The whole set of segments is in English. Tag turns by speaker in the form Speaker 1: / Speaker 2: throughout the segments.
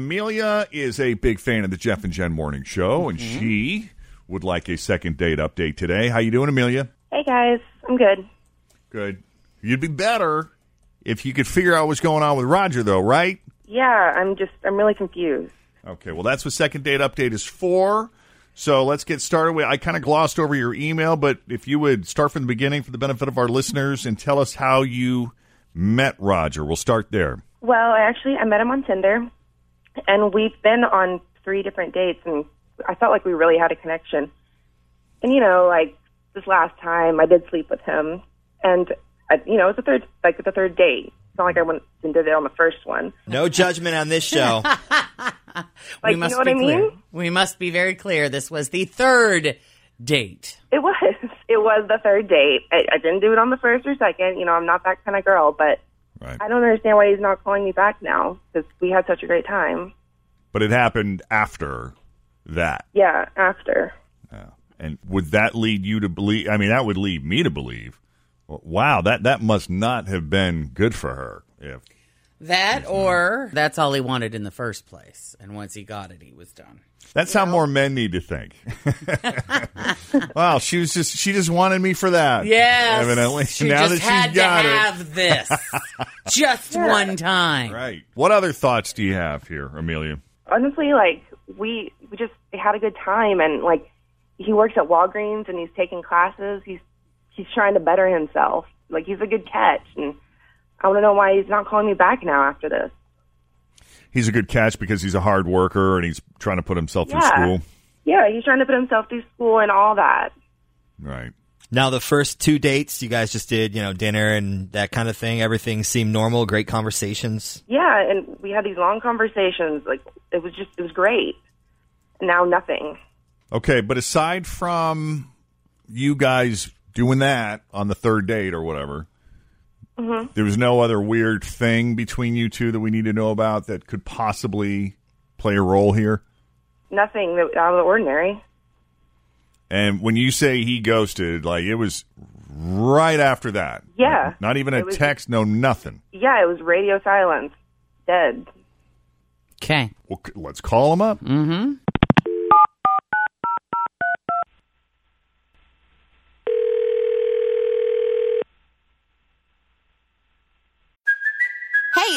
Speaker 1: Amelia is a big fan of the Jeff and Jen Morning Show, and she would like a second date update today. How you doing, Amelia?
Speaker 2: Hey guys, I'm good.
Speaker 1: Good. You'd be better if you could figure out what's going on with Roger, though, right?
Speaker 2: Yeah, I'm just I'm really confused.
Speaker 1: Okay, well, that's what second date update is for. So let's get started. with I kind of glossed over your email, but if you would start from the beginning for the benefit of our listeners and tell us how you met Roger, we'll start there.
Speaker 2: Well, I actually I met him on Tinder, and we've been on three different dates, and I felt like we really had a connection. And you know, like this last time, I did sleep with him, and I, you know, it was the third like the third date. It's not like I went and did it on the first one.
Speaker 3: No judgment on this show.
Speaker 2: Like
Speaker 4: we must
Speaker 2: you know what
Speaker 4: be
Speaker 2: I mean?
Speaker 4: clear. We must be very clear. This was the third date.
Speaker 2: It was it was the third date. I, I didn't do it on the first or second. You know, I'm not that kind of girl, but
Speaker 1: Right.
Speaker 2: I don't understand why he's not calling me back now because we had such a great time.
Speaker 1: But it happened after that.
Speaker 2: Yeah, after.
Speaker 1: And would that lead you to believe? I mean, that would lead me to believe. Wow, that that must not have been good for her. If
Speaker 4: That or that's all he wanted in the first place. And once he got it, he was done.
Speaker 1: that's how more men need to think. wow, she was just she just wanted me for that.
Speaker 4: Yes.
Speaker 1: evidently.
Speaker 4: She
Speaker 1: now
Speaker 4: just
Speaker 1: that
Speaker 4: had
Speaker 1: she's got
Speaker 4: to
Speaker 1: it,
Speaker 4: have this just one time.
Speaker 1: right? What other thoughts do you have here, Amelia?
Speaker 2: Honestly, like we we just had a good time and like he works at Walgreens and he's taking classes. He's he's trying to better himself. Like he's a good catch and I want to know why he's not calling me back now after this.
Speaker 1: He's a good catch because he's a hard worker and he's trying to put himself
Speaker 2: Yeah.
Speaker 1: through school.
Speaker 2: Yeah, he's trying to put himself through school and all that.
Speaker 1: Right.
Speaker 3: now, the first two dates you guys just did, you know, dinner and that kind of thing, everything seemed normal, great conversations.
Speaker 2: Yeah, and we had these long conversations. Like it was just it was great. And now nothing.
Speaker 1: Okay, but aside from you guys doing that on the third date or whatever,
Speaker 2: Mm-hmm.
Speaker 1: there was no other weird thing between you two that we need to know about that could possibly play a role here.
Speaker 2: Nothing that out of the ordinary.
Speaker 1: And when you say he ghosted, like it was right after that.
Speaker 2: Yeah.
Speaker 1: Like, not even a
Speaker 2: It was-
Speaker 1: text, no nothing.
Speaker 2: Yeah, it was radio silence. Dead.
Speaker 4: Okay.
Speaker 1: Well, c- let's call him up.
Speaker 4: Mm-hmm.
Speaker 5: Hey,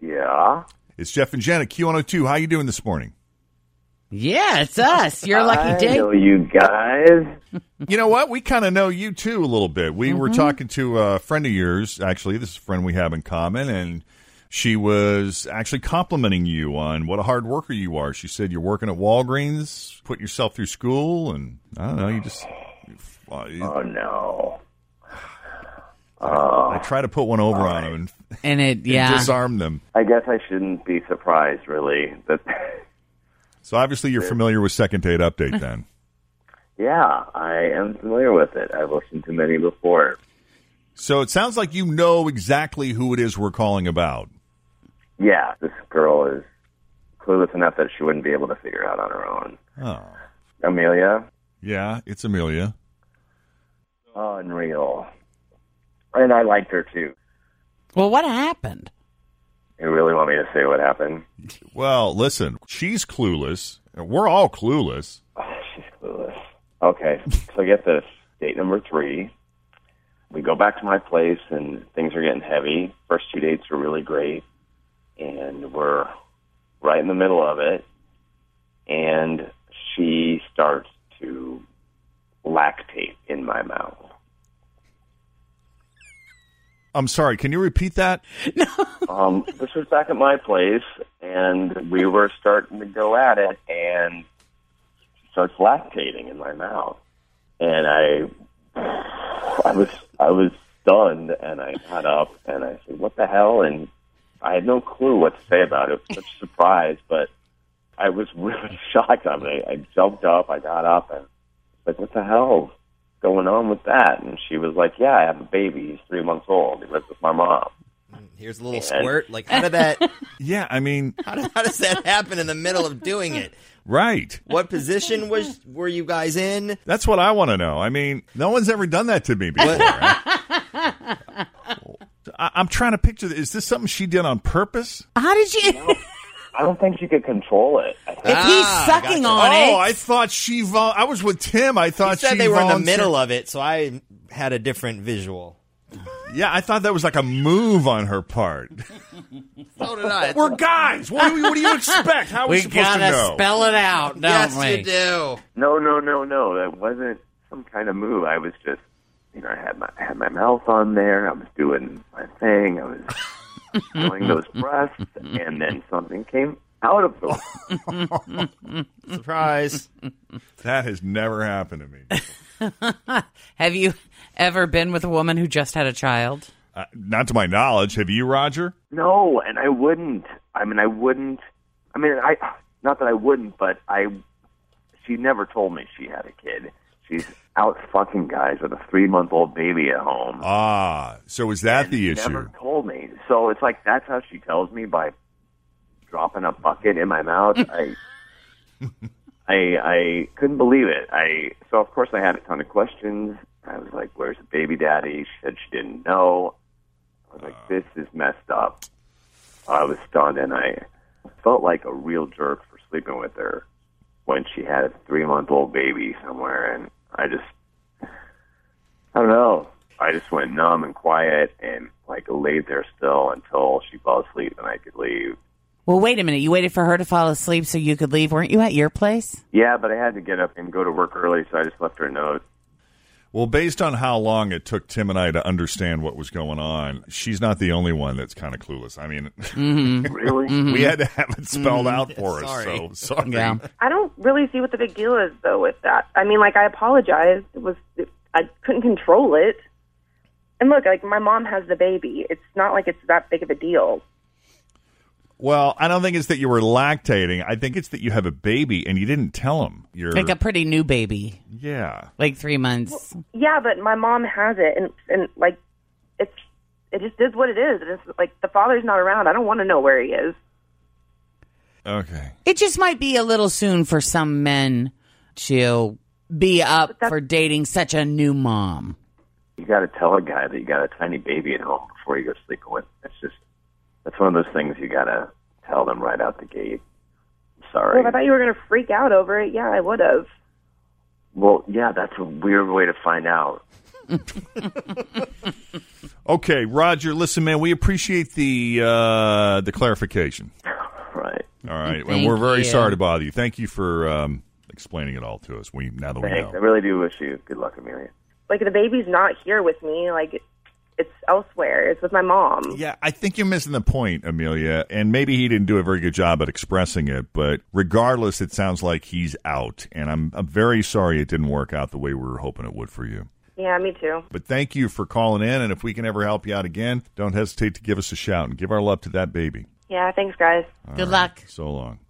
Speaker 6: Yeah.
Speaker 1: It's Jeff and Jen at Q102. How you doing this morning?
Speaker 4: Yeah, it's us. Your
Speaker 6: I
Speaker 4: lucky day.
Speaker 6: know you guys.
Speaker 1: You know what? We kind of know you too a little bit. We were talking to a friend of yours, actually. This is a friend we have in common, and she was actually complimenting you on what a hard worker you are. She said you're working at Walgreens, putting yourself through school, and I don't know. You just. uh,
Speaker 6: Oh no.
Speaker 1: I try to put one over on them and,
Speaker 4: And it,
Speaker 1: and
Speaker 4: yeah.
Speaker 1: disarm them.
Speaker 6: I guess I shouldn't be surprised, really. But
Speaker 1: So obviously you're familiar with Second Date Update then.
Speaker 6: yeah, I am familiar with it. I've listened to many before.
Speaker 1: So it sounds like you know exactly who it is we're calling about.
Speaker 6: Yeah, this girl is clueless enough that she wouldn't be able to figure out on her own.
Speaker 1: Oh.
Speaker 6: Amelia,
Speaker 1: Yeah, it's Amelia.
Speaker 6: unreal. And I liked her too.
Speaker 4: Well, what happened?
Speaker 6: You really want me to say what happened?
Speaker 1: Well, listen, she's clueless. We're all clueless.
Speaker 6: Okay, so get this. Date number three. We go back to my place and things are getting heavy. First two dates were really great. And we're right in the middle of it. And she starts to lactate in my mouth.
Speaker 1: I'm sorry. Can you repeat that?
Speaker 6: um, this was back at my place, and we were starting to go at it, and she starts lactating in my mouth, and I, I was, I was stunned, and I got up, and I said, "What the hell?" And I had no clue what to say about it. It was such a surprise, but I was really shocked. I, mean, I, I jumped up, I got up, and like, "What the hell?" is Going on with that, and she was like, "Yeah, I have a baby. He's three months old. He lives with my mom."
Speaker 3: Here's a little squirt. Like, how did that?
Speaker 1: Yeah, I mean,
Speaker 3: How, did, how does that happen in the middle of doing it?
Speaker 1: right.
Speaker 3: What position was were you guys in?
Speaker 1: That's what I want to know. I mean, no one's ever done that to me before. I- I'm trying to picture. Is this something she did on purpose?
Speaker 4: How did you?
Speaker 6: I don't think she could control it. I think
Speaker 4: If he's
Speaker 3: Ah,
Speaker 4: sucking
Speaker 1: Oh,
Speaker 4: on it,
Speaker 1: I thought she. Vol- I was with Tim. I
Speaker 3: Oh, You
Speaker 1: thought
Speaker 3: said
Speaker 1: she
Speaker 3: they were in the
Speaker 1: volunteered-
Speaker 3: middle of it, so I had a different visual.
Speaker 1: Yeah, I thought that was like a move on her part.
Speaker 3: So did I.
Speaker 1: We're guys. What, do you- what do you expect? How are we,
Speaker 4: we
Speaker 1: supposed to
Speaker 4: gotta
Speaker 1: know?
Speaker 4: spell it out, don't
Speaker 3: yes,
Speaker 4: we?
Speaker 3: you do.
Speaker 6: No, no, no, no. That wasn't some kind of move. I was just, you know, I had my I had my mouth on there. I was doing my thing. I was showing those breasts, and then something came out of them.
Speaker 3: Surprise.
Speaker 1: that has never happened to me.
Speaker 4: Have you ever been with a woman who just had a child?
Speaker 1: Uh, not to my knowledge. Have you, Roger?
Speaker 6: No, and I wouldn't. I mean, I wouldn't. I mean, I not that I wouldn't, but I. She never told me she had a kid. She's out fucking guys with a three month old baby at home.
Speaker 1: Ah, so is that the issue?
Speaker 6: never told me. So it's like that's how she tells me by dropping a bucket in my mouth. I I I couldn't believe it. I so of course I had a ton of questions. I was like, "Where's the baby daddy?" She said she didn't know. I was like, "This is messed up." I was stunned, and I felt like a real jerk for sleeping with her when she had a three month old baby somewhere, and I just I don't know. I just went numb and quiet and like laid there still until she fell asleep and I could leave.
Speaker 4: Well, wait a minute. You waited for her to fall asleep so you could leave. Weren't you at your place?
Speaker 6: Yeah, but I had to get up and go to work early, so I just left her a note.
Speaker 1: Well, based on how long it took Tim and I to understand what was going on, she's not the only one that's kind of clueless. I mean,
Speaker 4: Mm-hmm.
Speaker 6: Really?
Speaker 1: we had to have it spelled out for us.
Speaker 3: Sorry.
Speaker 1: So sorry.
Speaker 4: Yeah.
Speaker 2: I don't really see what the big deal is though with that. I mean, like I apologized. It was I couldn't control it. And look, like my mom has the baby. It's not like it's that big of a deal.
Speaker 1: Well, I don't think it's that you were lactating. I think it's that you have a baby and you didn't tell him. You're
Speaker 4: Like a pretty new baby,
Speaker 1: yeah.
Speaker 4: like three months.
Speaker 2: Yeah, but my mom has it, and and like it's it just is what it is. It's like the father's not around. I don't want to know where he is.
Speaker 1: Okay.
Speaker 4: It just might be a little soon for some men to be up for dating such a new mom.
Speaker 6: You got to tell a guy that you got a tiny baby at home before you go sleeping with. him. It's just that's one of those things you got to tell them right out the gate. I'm
Speaker 2: Well,
Speaker 6: Sorry.
Speaker 2: if I thought you were going to freak out over it, yeah, I would have.
Speaker 6: well, yeah, that's a weird way to find out.
Speaker 1: Okay, Roger. Listen, man, we appreciate the uh, the clarification.
Speaker 6: Right.
Speaker 1: All right, and
Speaker 4: Thank
Speaker 1: we're very
Speaker 4: you.
Speaker 1: sorry to bother you. Thank you for um, explaining it all to us. We now that we
Speaker 6: Thanks. I
Speaker 1: know.
Speaker 6: really do wish you good luck, Amelia.
Speaker 2: Like the baby's not here with me. Like it's elsewhere. It's with my mom.
Speaker 1: Yeah, I think you're missing the point, Amelia. And maybe he didn't do a very good job at expressing it, but regardless, it sounds like he's out. And I'm, I'm very sorry it didn't work out the way we were hoping it would for you.
Speaker 2: Yeah, me too.
Speaker 1: But thank you for calling in. And if we can ever help you out again, don't hesitate to give us a shout and give our love to that baby.
Speaker 2: Yeah, thanks, guys.
Speaker 4: Good luck.
Speaker 1: So long.